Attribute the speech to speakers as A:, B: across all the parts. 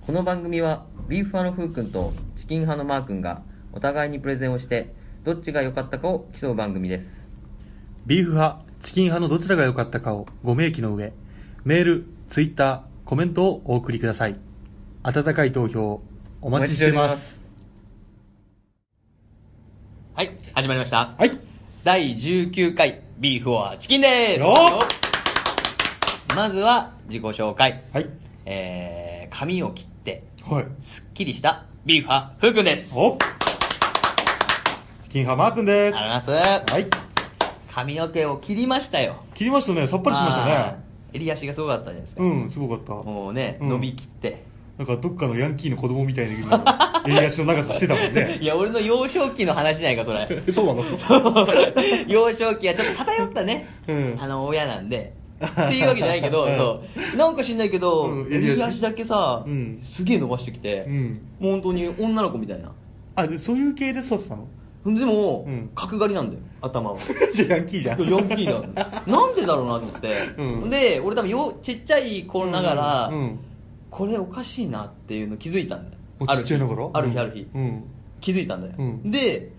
A: この番組はビーフ派のふうくんとチキン派のマーくんがお互いにプレゼンをしてどっちが良かったかを競う番組です
B: ビーフ派、チキン派のどちらが良かったかをご明記の上、メール、ツイッター、コメントをお送りください。温かい投票、お待ちしています。
C: はい、始まりました。
B: はい。
C: 第19回、ビーフォアチキンです
B: よ
C: まずは、自己紹介。
B: はい。
C: えー、髪を切って、
B: はい。
C: すっきりした、ビーフ派、ふうくんです。
B: おチキン派、マー君です。は
C: ありがとうございます。
B: い。
C: 髪の毛を切りましたよ。
B: 切りましたね。さっぱりしました
C: まあ
B: ね。。
C: 襟足がすごかったじゃないですか。
B: うん、すごかった。
C: もうね、
B: うん
C: 伸びきって。
B: なんかどっかのヤンキーの子供みたいな今襟足の長さしてたもん ね。
C: いや、俺の幼少期の話じゃないか、それ。
B: えそうなの
C: 幼少期はちょっと偏ったね、
B: うん
C: あの親なんでっていうわけじゃないけど、
B: うん
C: そうなんか知んないけど、
B: うん襟足
C: 襟足だけさ、
B: うん
C: すげえ伸ばしてきて、
B: う
C: も
B: ん。
C: う本当に女の子みたいな
B: あ、でそういう系で育 てたの
C: でも、
B: うん
C: 角刈りなんだよ頭は
B: じゃあヤンキーじゃん。
C: ヤンキーなんだよなんでだろうなと思って、
B: うん
C: で俺多分よちっちゃい頃ながら、
B: うんうん
C: これおかしいなっていうの気づいたんだよ
B: お
C: あ
B: ち
C: る
B: っ
C: 日
B: ちゃいながら
C: ある日ある日、
B: うん。
C: 気づいたんだよ、
B: うん
C: で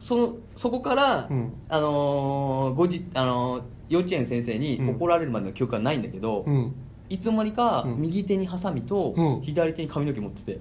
C: そのそこから、
B: うん
C: あのーごじあのー幼稚園先生に
B: うん
C: 怒られるまでの記憶はないんだけど、
B: うん。
C: いつの間にか
B: うん
C: 右手にハサミ
B: う
C: と
B: ん
C: 左手に髪の毛持ってて、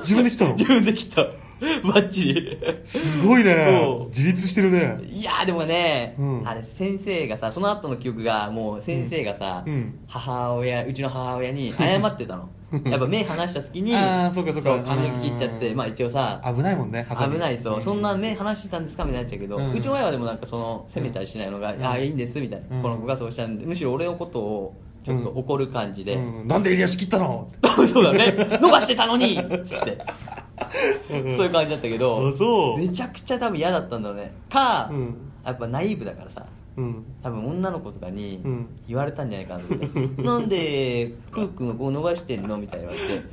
B: 自分で来た の
C: 自分で切った バッチリ
B: すごいね
C: そう
B: 自立してるね
C: いやーでもね、
B: うん
C: あれ先生がさその後の記憶がもう先生がさ、
B: うんうん
C: 母親うちの母親に謝ってたのやっぱ目離した隙に
B: あーそうかそうか
C: 髪の毛切っちゃって
B: うん
C: まあ一応さ
B: 危ないもんねハサミ
C: 危ないですよ、そんな目離してたんですかみたいになっちゃうけど、
B: う
C: うんちの親はでもなんかその責めたりしないのが「
B: う
C: い
B: ん
C: やいいんです」みたいな、
B: うん
C: この子がそうしたんでむしろ俺のことをちょっと怒る感じで、
B: うんなんで襟足切ったの
C: そうだね伸ばしてたのにっつって
B: そう
C: そういう感じだったけど
B: あそう
C: めちゃくちゃ多分嫌だったんだろうねか、
B: うん
C: やっぱナイーブだからさ
B: うん
C: 多分女の子とかに
B: うん
C: 言われたんじゃないかなと思って、 なんでふうくんはこう伸ばしてんのみたいな言われて、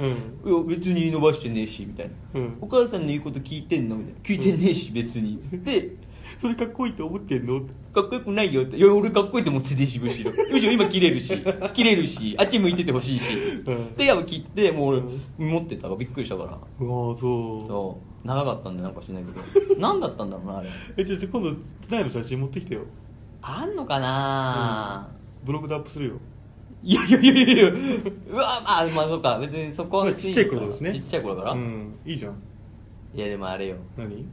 B: うん
C: いや別に伸ばしてねえしみたいな、
B: うん
C: お母さんの言うこと聞いてんのみたいな聞いてねえし別に、 で
B: それかっこいいと思ってんの
C: かっこよくないよっていや俺かっこいいと思っててしむしろむしろ今切れるし 切れるしあっち向いててほしいし、
B: ん
C: でやっぱ切ってもう
B: う
C: 俺持ってたからびっくりしたから
B: うわーそ
C: そう長かったんでなんか知んないけ ど何だったんだろうなあれ
B: うえちょちょ今度つないの写真持ってきてよ
C: あんのかな、
B: ブログでアップするよ
C: いやいやいやいやいやうわまあまあそうか別にそこは別に
B: ちっちゃい頃ですね
C: ちっちゃい頃から、
B: うんいいじゃん
C: いやでもあれよ
B: 何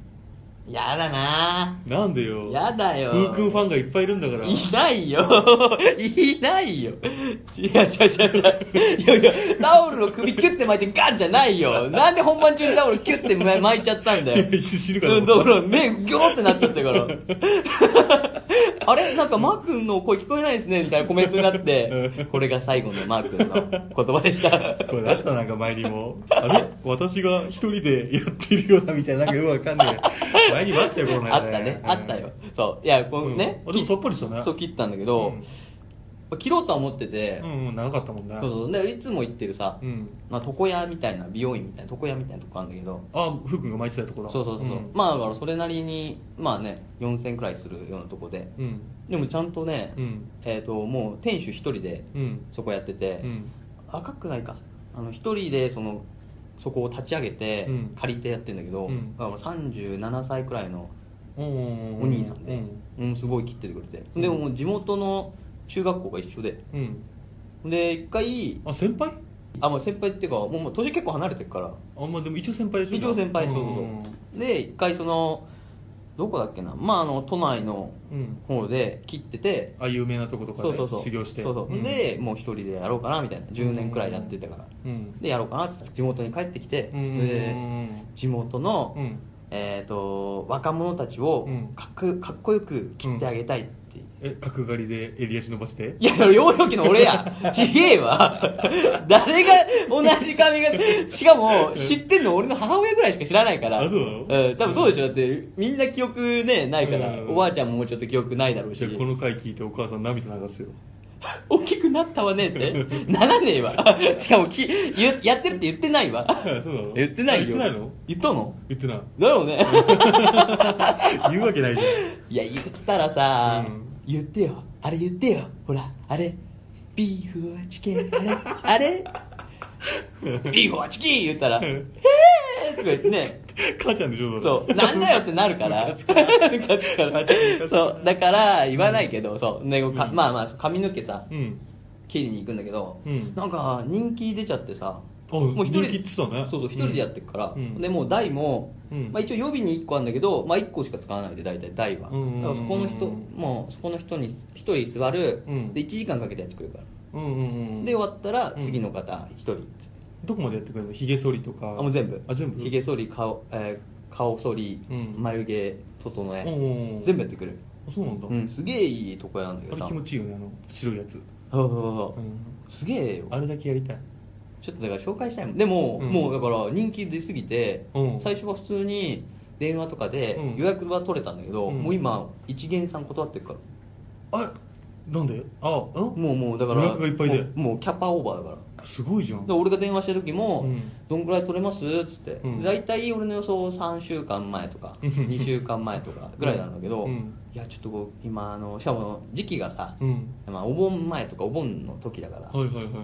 C: やだな
B: なんでよ
C: やだよ
B: ムーくんファンがいっぱいいるんだから
C: いないよ いないよ違う違う違う違ういやいやタオルの首キュッて巻いてガンじゃないよなんで本番中にタオルキュッて巻いちゃったんだ よ
B: いや死ぬか
C: う
B: ら
C: ん、だから目ギョロってなっちゃったから あれなんかマー君の声聞こえないですねみたいなコメントになってこれが最後のマー君の言葉でした
B: これあったなんか前にもあれ私が一人でやってるようなみたいななんかよくわかんない 前にもあったよこの
C: あったねあったよ、そういやこのね、
B: うんあでもさっぱりしたね
C: そう切ったんだけど、切ろうとは思ってて
B: う、ん、うんうん、長かったもんね
C: そうそうでいつも行ってるさ、
B: うん
C: まあ、床屋みたいな美容院みたいな床屋みたいなとこあるんだけど
B: あふうくんが巻いてたところ
C: そうそうそう、
B: ん
C: まあだからそれなりにまあね4000くらいするようなとこで
B: うん
C: でもちゃんとね、
B: うん
C: えっ、ともう店主一人で
B: うん
C: そこやってて、
B: うん
C: 赤くないかあの一人でそのそこを立ち上げて
B: うん
C: 借りてやってんだけど、
B: うん
C: だから37歳くらいの
B: お
C: お兄さんで、
B: う
C: うんんすごい切っててくれて、でももう地元の中学校が一緒で
B: うん
C: で一回
B: あ先輩
C: あ、まあ、先輩っていうかもうもう年結構離れてるから
B: あんまあでも一応先輩でしょ
C: 一応先輩そうそう
B: うん
C: そうで一回そのどこだっけなまああの都内の
B: うん
C: 方で切ってて
B: あ有名なとことか
C: そう
B: で
C: そうそう
B: 修行して
C: そうそう、
B: ん
C: でもう一人でやろうかなみたいな10年くらいやってたから、
B: うん
C: でやろうかなって言って地元に帰ってきて、
B: うん
C: で地元の、
B: うん
C: えー、と若者たちを
B: うん
C: かっこかっこよく切ってあげたいっていう、
B: え角刈りで襟足伸ばして
C: いやそれ幼少期の俺やちげえわ誰が同じ髪型しかも知ってんの俺の母親ぐらいしか知らないから
B: あそうなの
C: ん、多分そうでしょだってみんな記憶ねないから、
B: うん
C: おばあちゃんももうちょっと記憶ないだろう
B: じ
C: し
B: ゃあこの回聞いてお母さん涙流すよ
C: 大きくなったわねってならねえわしかもき言やってるって言ってないわ
B: あそうなの
C: 言ってないよ
B: あ言ってないの
C: 言ったの
B: 言ってない
C: だろうね
B: 言うわけないじ
C: いや言ったらさ、
B: うん
C: 言ってよ あれ言ってよほらあれビーフはチキンあれあれビーフォアチキン言ったら、へ
B: ん
C: ーとか言ってね、
B: 母ちゃんでしょ
C: そう、なんだよってなるから、ムカつくから
B: あちょっとムカつ く
C: そう、だから言わないけど、そう、ね、かまあまあ、髪の毛さ、
B: うん
C: 切りに行くんだけど、
B: うん
C: なんか人気出ちゃってさ、
B: あ人気っつってたね
C: そうそう、一人でやってるから、
B: うん
C: で、もう台も、
B: うん
C: まあ一応予備に一個あるんだけど、まあ一個しか使わないで、大体台は。
B: うんうんうんうん
C: だからそこの人、もうそこの人に一人座る、
B: うん
C: で、1時間かけてやってくれるから。
B: うんうんうん
C: で終わったら
B: うん
C: 次の方一人っつって、
B: どこまでやってくれるのひげ剃りとか
C: あもう全部
B: あ全部
C: ひげ剃り顔,、えー顔剃り、
B: うん
C: 眉毛整
B: うん
C: え、
B: うんうん
C: 全部やってくれる、
B: あそうなんだ、
C: うん、すげえいいとこやなんだけ
B: あれ
C: ど
B: 気
C: さ
B: 持ちいいよねあの白いやつ、
C: そうそうそうう、
B: ん、
C: すげえよ
B: あれだけやりたい
C: ちょっとだから紹介したいもんでも、
B: うん
C: もうだから人気出すぎて、
B: うん
C: 最初は普通に電話とかで
B: うん
C: 予約は取れたんだけど、
B: うん
C: もう今一元さん断ってるから
B: あなんであうん
C: もうもうだから
B: 予約がいっぱい
C: も
B: で
C: うもうキャパオーバーだから
B: すごいじゃん
C: で俺が電話した時も、
B: うん
C: どんくらい取れますっつって、
B: うん
C: 大体俺の予想3週間前とか
B: うん
C: 2週間前とかぐらいなんだけど、
B: うん
C: いやちょっとこう今あのしかも時期がさ、
B: うん
C: まあ、お盆前とかお盆の時だから、
B: はいはいはいはい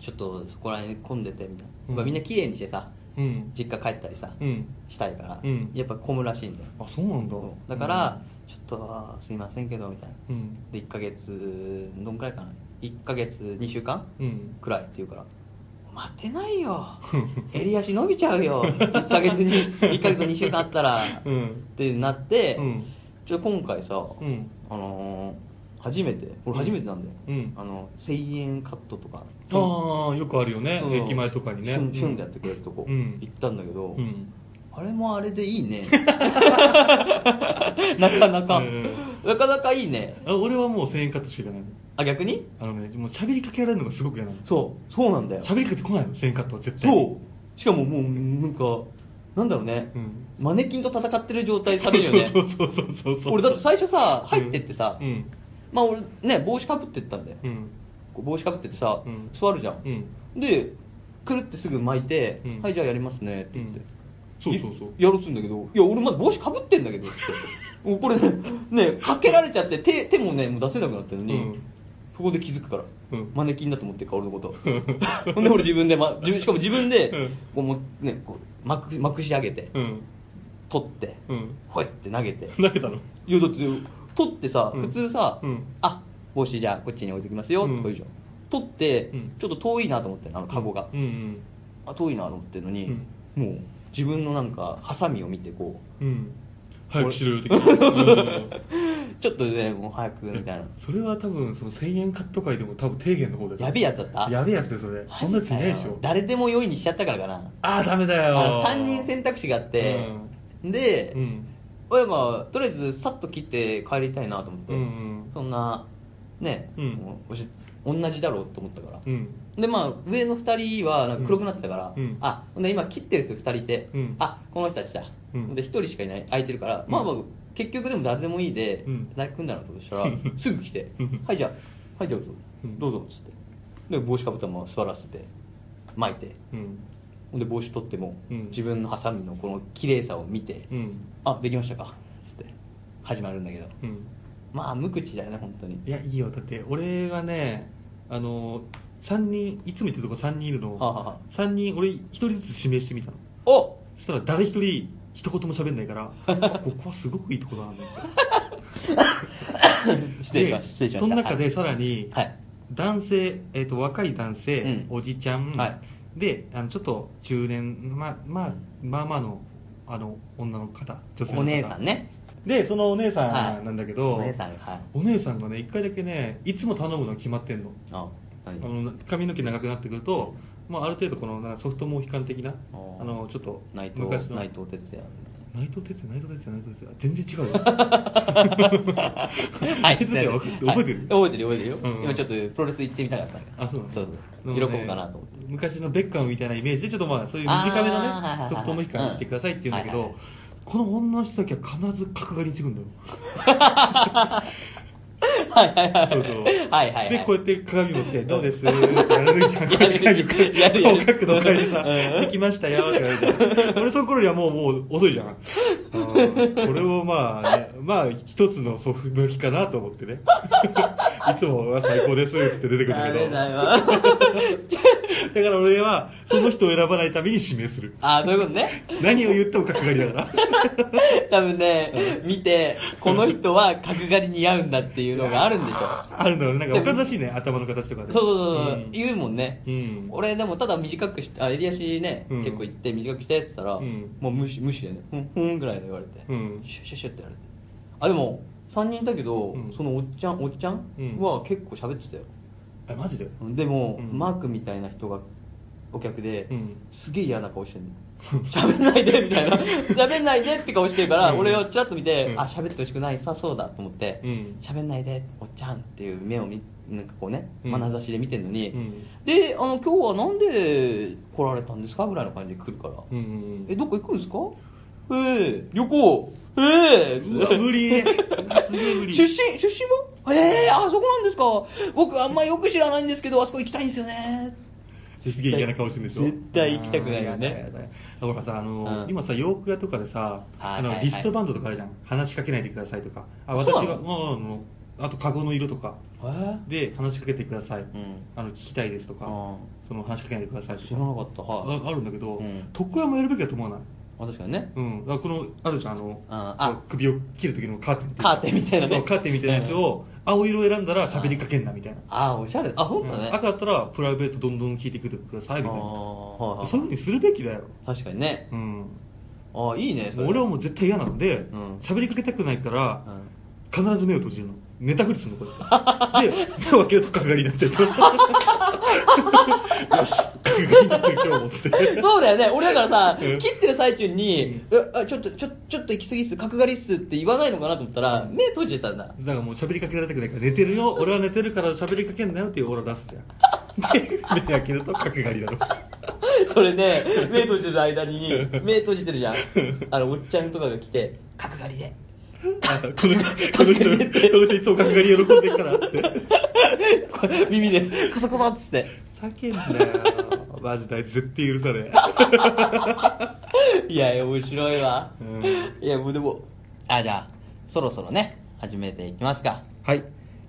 C: ちょっとそこら辺混んでてみたいな、
B: うん
C: まあみんな綺麗にしてさ
B: うん
C: 実家帰ったりさ、
B: うん
C: したいから、
B: うん
C: やっぱ混むらしいんだよ
B: あそうなんだ
C: だから、ちょっとあーすいませんけどみたいな
B: うん
C: で1ヶ月どんくらいかな1ヶ月2週間
B: うん
C: くらいって言うから「待てない よ襟足伸びちゃうよ1ヶ月に1ヶ月2週間あったら」
B: う
C: っ
B: ん
C: てなって、
B: うん
C: ちょ今回さ、
B: うん
C: あのー初めて俺初めてなんだよ、
B: うん
C: あの1000円カットとか
B: ああよくあるよね
C: うん
B: 駅前とかにね
C: シュンシュンでやってくれるとこ、
B: うん
C: 行ったんだけど、
B: うん
C: あれもあれでいい ねなかなか、
B: うん
C: なかなかいいね
B: あ俺はもう1000円カットしかいかないの
C: あ逆に
B: あのねもう喋りかけられるのがすごく嫌なの
C: そうそうなんだよ
B: 喋りかけてこないの1000円カットは絶対
C: そうしかももうなんかなんだろうね、
B: うん
C: マネキンと戦ってる状態さ
B: そ
C: れ
B: う
C: るよね
B: そうそうそうそうそう
C: 俺だって最初さ入ってってさ、
B: うん
C: まあ俺ね帽子かぶってったんだよ、
B: うん
C: こう帽子かぶってってさ、
B: うん
C: 座るじゃん、
B: うん
C: でくるってすぐ巻いて「
B: うん
C: はいじゃあやりますね」って
B: う
C: 言って、
B: んそうそうそう
C: やろうとするんだけど「いや俺まだ帽子かぶってんだけ ど」ってもうこれねねかけられちゃって手手もねもう出せなくなってるのに、
B: うん
C: そこで気づくから、
B: うん
C: マネキンだと思ってるから俺のことほんで俺自分で、ま、自分しかも自分で、
B: うん
C: こうもうねこうまくまくし上げて
B: うん
C: 取って
B: うん
C: ほいって投げて
B: 投げたの
C: いやだって取ってさ、
B: うん
C: 普通さ、
B: うん
C: あ帽子じゃあこっちに置いときますよ、
B: うん
C: とか言うじゃん取って、
B: うん
C: ちょっと遠いなと思ってあのカゴが、
B: うんうん
C: あ遠いなと思ってるのに、もう自分のなんかハサミを見てこ
B: うん早くしろよ的なうん
C: うちょっとねもう早くみたいな
B: それは多分その1000円カット会でも多分低減の方だよ
C: やべえやつだった
B: やべえやつでそれそん
C: マ
B: なや
C: ジ
B: つい
C: か
B: ない
C: よ
B: でしょ
C: 誰でも良いにしちゃったからかな
B: ああダメだ
C: あ
B: よ
C: の3人選択肢があって、で、
B: うん
C: 俺はとりあえずさっと切って帰りたいなと思って、
B: うんうん
C: そんなね、
B: うん
C: もうおし同じだろうと思ったから、
B: うん
C: でまあ上の2人はなんか黒くなってたから、
B: うんうん
C: あほんで今切ってる人2人いて、
B: うん
C: あこの人たちだ、
B: うん
C: で1人しかいない空いてるから、
B: うん
C: まあまあ結局でも誰でもいいで、
B: うん
C: 誰組んだなとしたら すぐ来て
B: うん
C: 「はいじゃあはいじゃあどうぞ、
B: うん
C: どうぞ」っつってで帽子かぶったまま座らせて巻いて
B: うん
C: ほんで帽子取っても、
B: うん
C: 自分のハサミのこの綺麗さを見て「
B: うん
C: あできましたか」っつって始まるんだけど
B: うん
C: まあ無口だよね本当に
B: いやいいよだって俺はねあの3人いつも言ってるとこ3人いるの
C: あはは
B: 3人俺1人ずつ指名してみたの
C: お
B: そしたら誰一人一言も喋んないから ここはすごくいいとこだなと思って
C: 失礼しました失礼しました
B: でその中でさらに
C: はい
B: 男性、えー、と若い男性、
C: うん
B: おじちゃん、
C: は
B: であのちょっと中年ままあまあまあのあの女の方女性の方
C: お姉さんね
B: でそのお姉さんなんだけど、
C: お姉さんがはい
B: お姉さんがね一回だけねいつも頼むのは決まってんの
C: あ何
B: あの髪の毛長くなってくると、まあ、ある程度このなんかソフトモーヒカン的な
C: あー
B: あのちょっと
C: 内藤
B: 昔の
C: 内藤哲也
B: 内藤哲也内藤哲也内藤哲也全然違うよ
C: はい
B: 内藤哲也分かって覚えてる、
C: はい覚えてる覚えてるよ、
B: うん
C: 今ちょっとプロレス行ってみたかったから
B: あそうなの
C: そうそう
B: の
C: 喜ぶかなと 思って、
B: ね昔のベッカムみたいなイメージでちょっとまあそういう短めの
C: あーはいはいは
B: ね
C: い
B: ソフトモヒカンにしてくださいって言うんだけど、
C: うんはい
B: この女の人だけは必ず角刈りにしてくんだよはいはいはいそうそう
C: はいはいはい
B: でこうやって鏡持って「どうです?」ってやるじゃん
C: やるやるやるや
B: 顔
C: る
B: 角度変えてさ
C: う
B: 「できましたよ」って言われて俺その頃にはもうもう遅いじゃんうんこれをまあ、ね、まあ一つの祖父の日かなと思って ねいつもは最高ですって出てくるんだけど
C: ダメだよ
B: だから俺はその人を選ばないために指名する
C: ああ、そういうことね。
B: 何を言っても角刈りだから
C: 多分ね、見て、この人は角刈りに合うんだっていうのがあるんでしょ。
B: あるんだろうねなんかおかしいね頭の形とかで
C: そうそうそう、
B: ん
C: 言うもんね。
B: うん
C: 俺、でもただ短くしあ、襟足ね、
B: うん
C: 結構行って短くしてって言ったら、
B: うん
C: もう無視、無視でね、ふんふんぐらいで言われて、
B: うん
C: シュッシュッシュッって言われて。あ、でも、3人いたけど、
B: うん
C: そのおっちゃん、おっちゃ
B: うん
C: んは結構喋ってたよ。
B: えマジで
C: でも、
B: うん
C: マークみたいな人がお客で、
B: うん
C: すげえ嫌な顔してんの 喋んないでみ たいな喋んないでって顔してるから、
B: うん
C: 俺をちらっと見て、
B: うん
C: あ喋ってほしくないさそうだと思って
B: うん
C: 喋、ん、ないでおっちゃんっていう目をみなんかこうね
B: うん
C: 眼差しで見てんのに、
B: うん
C: であの「今日はなんで来られたんですか?」ぐらいの感じで来るから「
B: うんうん
C: えどこ行くんですかええ旅行ええ
B: うわ無理 すげえ無理
C: 出身出身はええあそこなんですか僕あんまよく知らないんですけどあそこ行きたいんですよね
B: すげえ嫌な顔してるんでしょ
C: 絶対行きたくないよね
B: あーやだやだほらさあの、
C: うん
B: 今さ洋服屋とかでさ
C: はい
B: あの、
C: はいはい
B: リストバンドとかあるじゃん話しかけないでくださいとかあ
C: そう
B: 私
C: なの
B: はもうもうあとカゴの色とか
C: えー
B: で話しかけてください、
C: ん
B: あの聞きたいですとか、
C: うん
B: その話しかけないでくださいと
C: 知らなかったはい
B: ああるんだけど、
C: うん
B: 特攻屋もやるべきだと思わない
C: あ確かにね
B: うん、だからこのあるじゃんあの
C: ああ
B: こう首を切る時のカーテンっていうか
C: カーテンみたいなね
B: そうカーテンみたいなやつを青色選んだら喋りかけんなみたいな
C: あおしゃれあ本当だね、
B: うん赤だったらプライベートどんどん聞いてくださいみたいな
C: あ
B: そういうふうにするべきだよ、
C: 確かにね
B: うん、
C: あいいねそれ
B: 俺はもう絶対嫌なんで
C: ん
B: 喋、りかけたくないから
C: う、ん
B: 必ず目を閉じるの寝たふりするのこう やってで目を開けると角刈りになってるよし角刈りになってる今日もつって
C: そうだよね俺だからさ
B: うん
C: 切ってる最中に「えあちょっとちょちょっと行き過ぎっす角刈りっす」って言わないのかなと思ったら目閉じてたんだ
B: だからもう喋りかけられたくないから寝てるよ俺は寝てるから喋りかけんなよっていうオーラ出すじゃんで目開けると角刈りだろ
C: それね目閉じてる間に目閉じてるじゃんあのおっちゃんとかが来て「角刈りで
B: あこのこの人この人いつも角刈り喜んでるからっつって」
C: こう耳で「コソコソ」っつって
B: 叫んだよマジであいつ絶対許さね
C: いや面白いわ、
B: うん
C: いやもうでもあじゃあそろそろね始めていきますか
B: えはい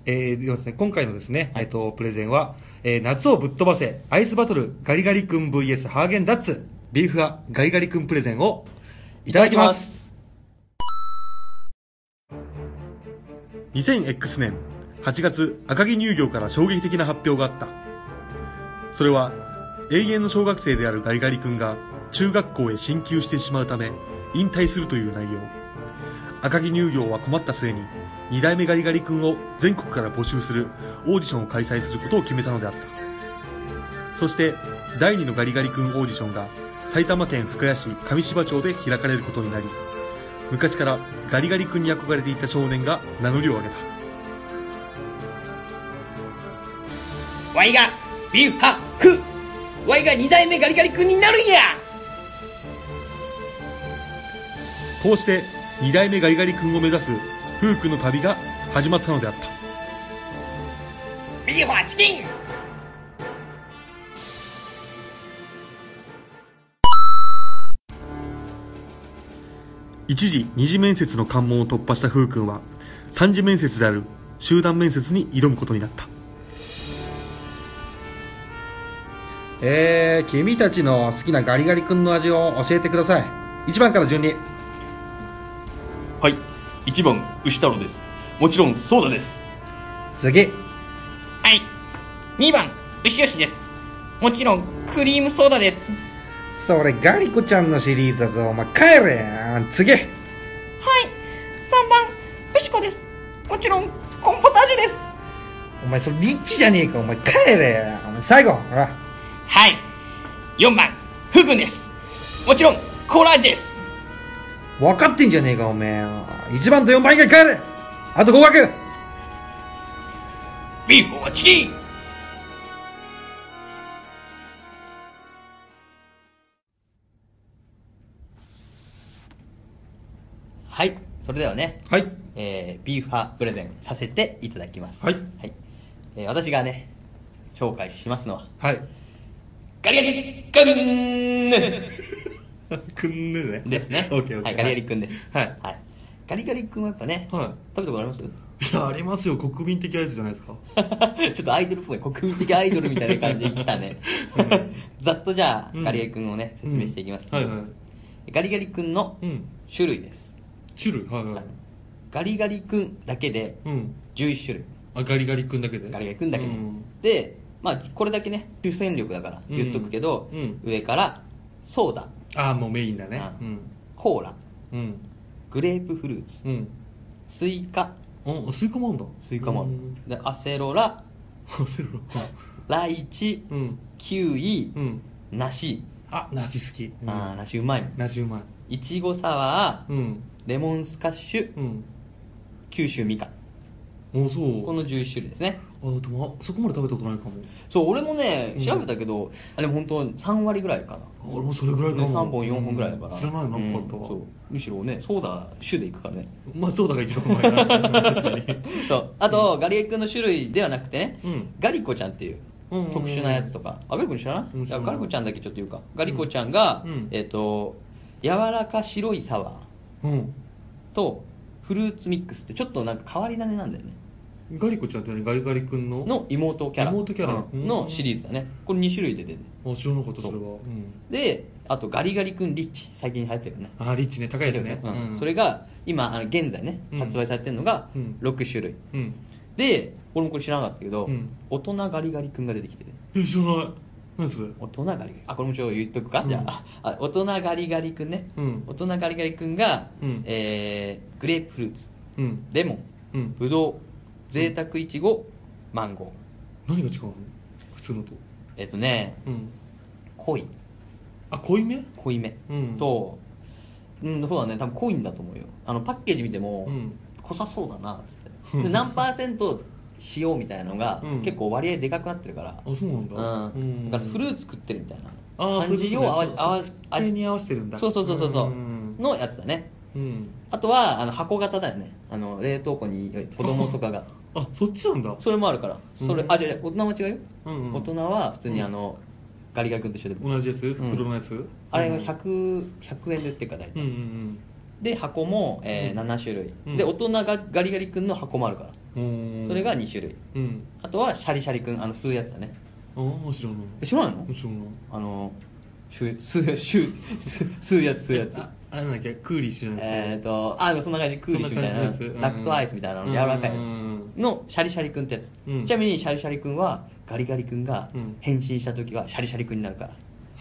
B: えーではですね、今回のですね、えっと、プレゼンは、えー夏をぶっ飛ばせアイスバトルガリガリ君 VS ハーゲンダッツビーフ派ガリガリ君プレゼンをいただきます
C: す
B: 2000X 年8月赤城乳業から衝撃的な発表があったそれは永遠の小学生であるガリガリ君が中学校へ進級してしまうため引退するという内容赤城乳業は困った末に2代目ガリガリ君を全国から募集するオーディションを開催することを決めたのであったそして第2のガリガリ君オーディションが埼玉県深谷市上芝町で開かれることになり昔からガリガリ君に憧れていた少年が名乗りを上げた
C: ワイがビューハクワイが二代目ガリガリ君になるんや
B: こうして2代目ガリガリ君を目指す夫婦の旅が始まったのであった
C: ビーファチキン
B: 一時二次面接の関門を突破した風君は三次面接である集団面接に挑むことになったえー、君たちの好きなガリガリ君の味を教えてください1番から順に
D: はい、1番、牛太郎です。もちろん、そうだです。
B: 次
E: はい。2番、牛吉です。もちろん、クリームソーダです。は
B: それガリコちゃんのシリーズだぞお前帰れ次
E: い。3番、牛子です。もちろん、コーンポタージュです。
B: お前それリッチじゃねえかお前帰れお前最後ほら
E: はい。4番、フグです。もちろん、コーラ味です。
B: 分かってんじゃねえかおめえ1番と4番以外帰れあと合格
E: ビーフォーチキン
C: はいそれではね、
B: はい
C: えー、ビーファプレゼンさせていただきます
B: はい
C: はいえー、私がね紹介しますのは
B: はい
C: ガリガリ君
B: くんねね
C: ですね
B: オッケーオッケー
C: はいガリガリ君です
B: はい
C: はい、ガリガリ君はやっぱね、
B: はい
C: 食べたことあります
B: いやありますよ国民的アイズじゃないですか
C: ちょっとアイドルっぽい国民的アイドルみたいな感じで来たね、ざっとじゃあ、
B: うん
C: ガリガリ君をね説明していきます、
B: うんはいはい
C: ガリガリ君の
B: うん
C: 種類です、
B: 種類はいはい
C: ガリガリ君だけで
B: うん
C: 11種類
B: あガリガリ君だけで
C: ガリガリ君だけで、
B: うん
C: でまあこれだけね主戦力だから言っとくけど、
B: うん
C: 上からソーダ
B: ああもうメインだね
C: あ
B: うん
C: コーラ
B: うん
C: グレープフルーツ
B: うん
C: スイカ
B: あスイカもあんだ
C: スイカもあ
B: う
C: る
B: ん
C: でアセロラ
B: 忘れろ
C: ライチ
B: うん
C: キウイ
B: うん
C: 梨、
B: あ梨好きうん
C: あー梨うまいもん
B: 梨うまい
C: いちごサワ
B: うん
C: ーレモンスカッシュ
B: うん
C: 九州みかん
B: おそう
C: この11種類ですね
B: あでもあそこまで食べたことないかも
C: そう俺もね
B: うん
C: 調べたけど、あでも本当3割ぐらいかな
B: 俺もそれぐらいかも
C: ね、3本4本ぐらいだから、
B: うん知らないのなかったわ
C: そうむしろねソーダ種でいくから ね
B: まあそうだが一番うまいな確かに
C: そうあと、ガリエ君の種類ではなくてね、
B: うん
C: ガリコちゃんっていう
B: うんうんうん
C: 特殊なやつとか、あガリコ知らない、
B: うん知らない
C: ガリコちゃんだけちょっと言うかガリコちゃんが、
B: うん
C: えっ、と柔らか白いサワー
B: うん
C: とフルーツミックスってちょっとなんか変わり種なんだよね
B: ガリコちゃんって何ガリガリ君の
C: の妹キャラ
B: 妹キャラ
C: うんのシリーズだねこれ2種類で出てる
B: あ知らなかったそれは
C: そう
B: うん
C: であとガリガリ君リッチ最近流行ってるよね
B: あリッチね高いやつね
C: うん
B: うん
C: それが今あの現在ね
B: うん
C: 発売されてるのが
B: うん
C: 6種類、
B: うん
C: で俺もこれ知らなかったけど、
B: うん
C: 大人ガリガリ君が出てきてて
B: え知らない何それ
C: 大人ガリガリあこれもちょっと言っとくか、
B: うん
C: じゃああ大人ガリガリ君ね、
B: うん
C: 大人ガリガリ君が、
B: うん
C: えーグレープフルーツ
B: うん
C: レモン
B: うん
C: ぶどう贅沢いちごマンゴー
B: 何が違うの普通のと
C: えっ、とね
B: うん
C: 濃い
B: あ濃いめ
C: 濃いめ、
B: うん
C: と、うん、そうだね多分濃いんだと思うよあのパッケージ見ても、
B: うん
C: 濃さそうだなっつっ
B: うん
C: てで何パーセント塩みたいなのが、
B: うん
C: 結構割合でかくなってるから
B: あそうなんだ
C: うん、だからフルー
B: ツ
C: ツ食ってるみたいな
B: あー
C: 感じを合
B: そう
C: わ
B: いう
C: せ合わ
B: ことねそそっちに合わせてるんだ
C: そうそうそうそうそう
B: うん
C: のやつだね
B: うん
C: あとはあの箱型だよねあの冷凍庫に子供とかが
B: あそっちなんだ
C: それもあるからそれ、
B: うん
C: あじゃ大人は違うよ、
B: うんうん
C: 大人は普通にあの、ガリガリ君と一緒で、
B: 同じやつ袋のやつ
C: あれが 100, 100円で売ってるから大体、
B: うんうん
C: で箱も、えー7種類、
B: うん
C: で大人がガリガリ君の箱もあるから、
B: うんうん
C: それが2種類
B: うん
C: あとはシャリシャリ君あの吸うやつだね
B: ああ知らない
C: え知らないの
B: 知らない
C: あの吸う吸う吸う吸う吸うやつ吸うやつ
B: ああれなんだっけクーリッシュじゃな
C: えーとあそんな感じクーリッシュみたいな
B: そんな感じのやつうん
C: ラクトアイスみたいなの
B: うん
C: 柔らかいや
B: うん
C: つのシャリシャリ君ってやつ、
B: うん
C: ちなみにシャリシャリ君はガリガリ君が
B: うん
C: 変身した時はシャリシャリ君になるから、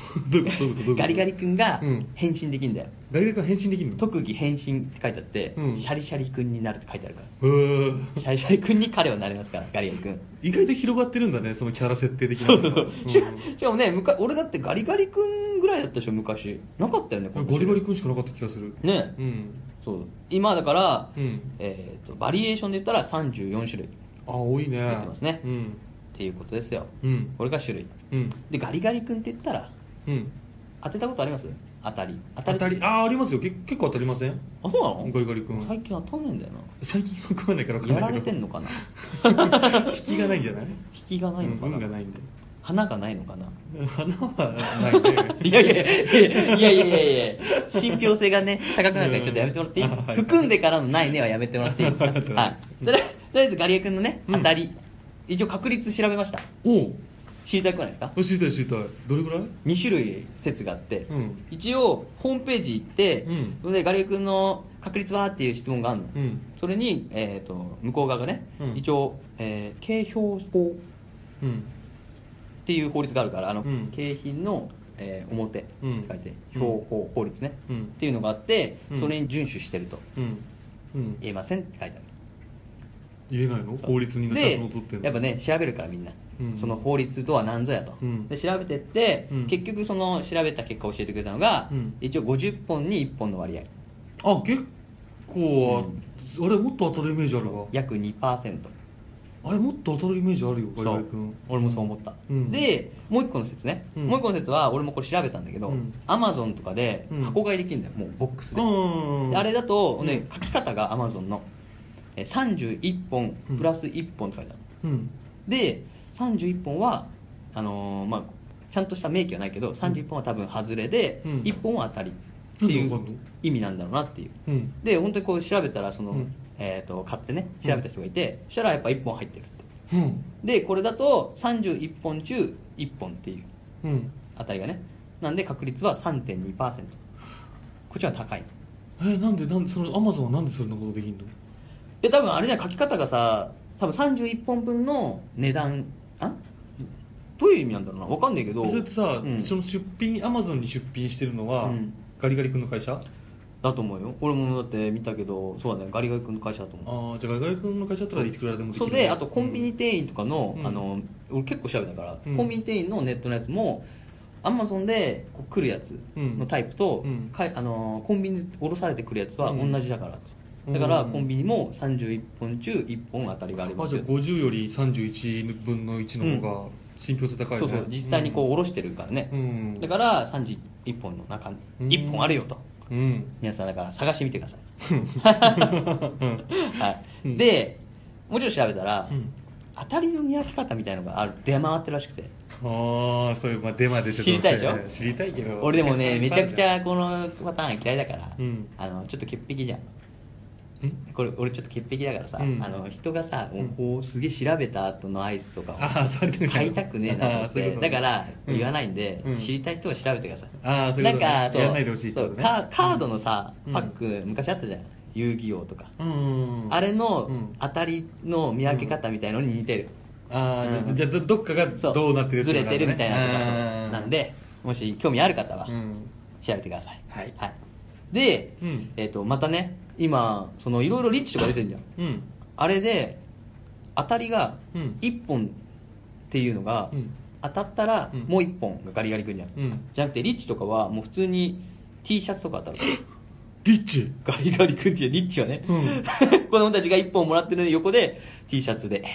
B: どういうことどういうことどういうこと
C: ガリガリ君が
B: うん
C: 変身できるんだよ、
B: ガリガリから変身できるの
C: 特技変身って書いてあって、
B: うん
C: シャリシャリ君になるって書いてあるから
B: うー
C: シャリシャリ君に彼はなれますからガリガリ君
B: 意外と広がってるんだねそのキャラ設定的な
C: そ
B: のが
C: うししかもねむか俺だってガリガリ君ぐらいだったでしょ昔なかったよねこの
B: うん
C: 種類
B: ガリガリ君しかなかった気がする
C: ね
B: うん
C: そう今だから、
B: うん
C: えー、とバリエーションで言ったら34種類っ
B: あ多いね
C: やってますね
B: うん
C: ていうことですよ、
B: うん
C: これが種類
B: うん
C: でガリガリ君って言ったら
B: うん
C: 当てたことあります当たり当
B: 当たりああありますよけ結構当たりません
C: あそうなの
B: ガリガリ君
C: 最近当たんないんだよ
B: 最近食わないから
C: な
B: 分か
C: や
B: んな
C: ら
B: い
C: れ
B: けど
C: てんのかな
B: 引きがないんじゃない
C: 引きがないのか
B: うん
C: な、
B: 運がないんで
C: 花がないのかな
B: 花はないね
C: いやいやいやいやいやいやいや信憑性がね高くなるからちょっとやめてもらっていい
B: うんはい
C: 含んでからのないねはやめてもらっていいですか
B: わかったわ
C: は
B: か
C: いとりあえずとりあえずガリガリ君のね
B: うん
C: 当たり、一応確率調べました
B: おう
C: 知りたくないですか
B: あ知りたい知りたいどれぐらい
C: 2種類説があって、
B: うん
C: 一応ホームページ行って、
B: うん
C: それでガリガリ君の確率はっていう質問があるの、
B: うん
C: それに、えー、と向こう側がね、
B: うん
C: 一応、えー景品法
B: うん
C: っていう法律があるからあの、
B: うん
C: 景品の、えー表って書いて、
B: うん
C: 表法法律ね、
B: うん
C: っていうのがあって、
B: うん
C: それに遵守してると
B: うんうん
C: 言えませんって書いてある
B: 入れないの
C: そう
B: 法律にちゃ
C: で
B: んと取ってんの
C: やっぱね調べるからみんな、
B: うん
C: その法律とは何ぞやと、
B: うん
C: で調べてって、
B: うん
C: 結局その調べた結果教えてくれたのが、
B: うん
C: 一応50本に1本の割合
B: あ結構、あれもっと当たるイメージあるわ
C: 約2%
B: あれもっと当たるイメージあるよガリガリ君
C: 俺もそう思った、
B: うん
C: でもう一個の説ね、
B: うん
C: もう一個の説は俺もこれ調べたんだけど、
B: うん
C: アマゾンとかで
B: うん
C: 箱買いできるんだよもうボックスで、
B: うん
C: であれだと、ね
B: う
C: 書き方がアマゾンのえー31本
B: うん
C: プラス1本って書いてある、
B: うん
C: で31本はあのーまあちゃんとした明記はないけど31本は多分外れで、
B: うん
C: 1本は当たりってい
B: なんでわ
C: う
B: かんの
C: 意味なんだろうなっていう
B: うん
C: で本当にこう調べたらその、
B: うん
C: えー、と買ってね調べた人がいて、そしたらやっぱ1本入ってるって、でこれだと31本中1本っていう
B: うん
C: 当たりがねなんで確率は3.2%こっちは高い
B: えなんでなんでそのアマゾンはなんでそんなことできんの
C: で多分あれじゃん書き方がさ多分31本分の値段あどういう意味なんだろうなわかんないけど
B: えそれってさ、
C: うん
B: その出品アマゾンに出品してるのは、
C: うん
B: ガリガリ君の会社あ
C: だと思うよ俺もだって見たけどそうだねガリガリ君の会社だと思う
B: あじゃあガリガリ君の会社だったらいくらでもできる
C: それであとコンビニ店員とかの,、
B: うん
C: あの俺結構調べたから、
B: うん
C: コンビニ店員のネットのやつもアマゾンでこう来るやつのタイプと、
B: うん
C: かいあのコンビニで降ろされてくるやつは
B: うん
C: 同じだからっつって、
B: うん
C: だからコンビニも31本中1本当たりがあり
B: あ
C: ます
B: じゃ
C: よ
B: あ50より31分の1の方が信憑性高い
C: そ
B: ね、
C: うそう実際にこう下ろしてるからね、
B: うん
C: だから31本の中に
B: うん
C: 1本あるよと、
B: うん、うん
C: 皆さんだから探してみてください、
B: うん
C: はい
B: うん
C: でもうちろん調べたら、
B: うん
C: 当たりの見分け方みたいのがある出回ってるらしくて
B: ああそういう、まあ、デマでちょっと
C: 知りたいでしょ
B: ね知りたいけど
C: 俺でもねめちゃくち
B: ん
C: ゃこのパターン嫌いだから、
B: うん
C: あのちょっと潔癖じゃんこれ俺ちょっと潔癖だからさ、
B: うん
C: あの人がさ、
B: うん
C: こうすげえ調べた後のアイスとかを
B: ああされてる
C: 買いたくねえなと思ってだから言わないんで、
B: うん
C: 知りたい人は調べてください
B: ああそうい
C: なん
B: うことね
C: かそう
B: やらないでほしいって
C: そ
B: こ
C: う
B: とね
C: カカードのさ、
B: うん
C: パック昔あったじゃん遊戯王とか、
B: うんうんうん
C: あれの
B: うん
C: 当たりの見分け方みたいのに似てる、
B: ああ、
C: うん
B: じゃあじゃあどっかが
C: そう
B: どうなってる
C: ずれてるみたいなとかそう
B: な
C: なんでもし興味ある方は、
B: うん
C: 調べてください
B: はい
C: で、
B: うん
C: えっとまたね今そのいろいろリッチとか出てるじゃん
B: うん
C: あれで当たりが
B: うん
C: 1本っていうのが、
B: うん
C: 当たったら
B: うん
C: もう1本がガリガリくんじゃん、
B: うん
C: じゃなくてリッチとかはもう普通に T シャツと か当たる
B: リッチ
C: ガリガリくんっていうリッチはね、
B: うん
C: 子供たちが1本もらってる横で T シャツで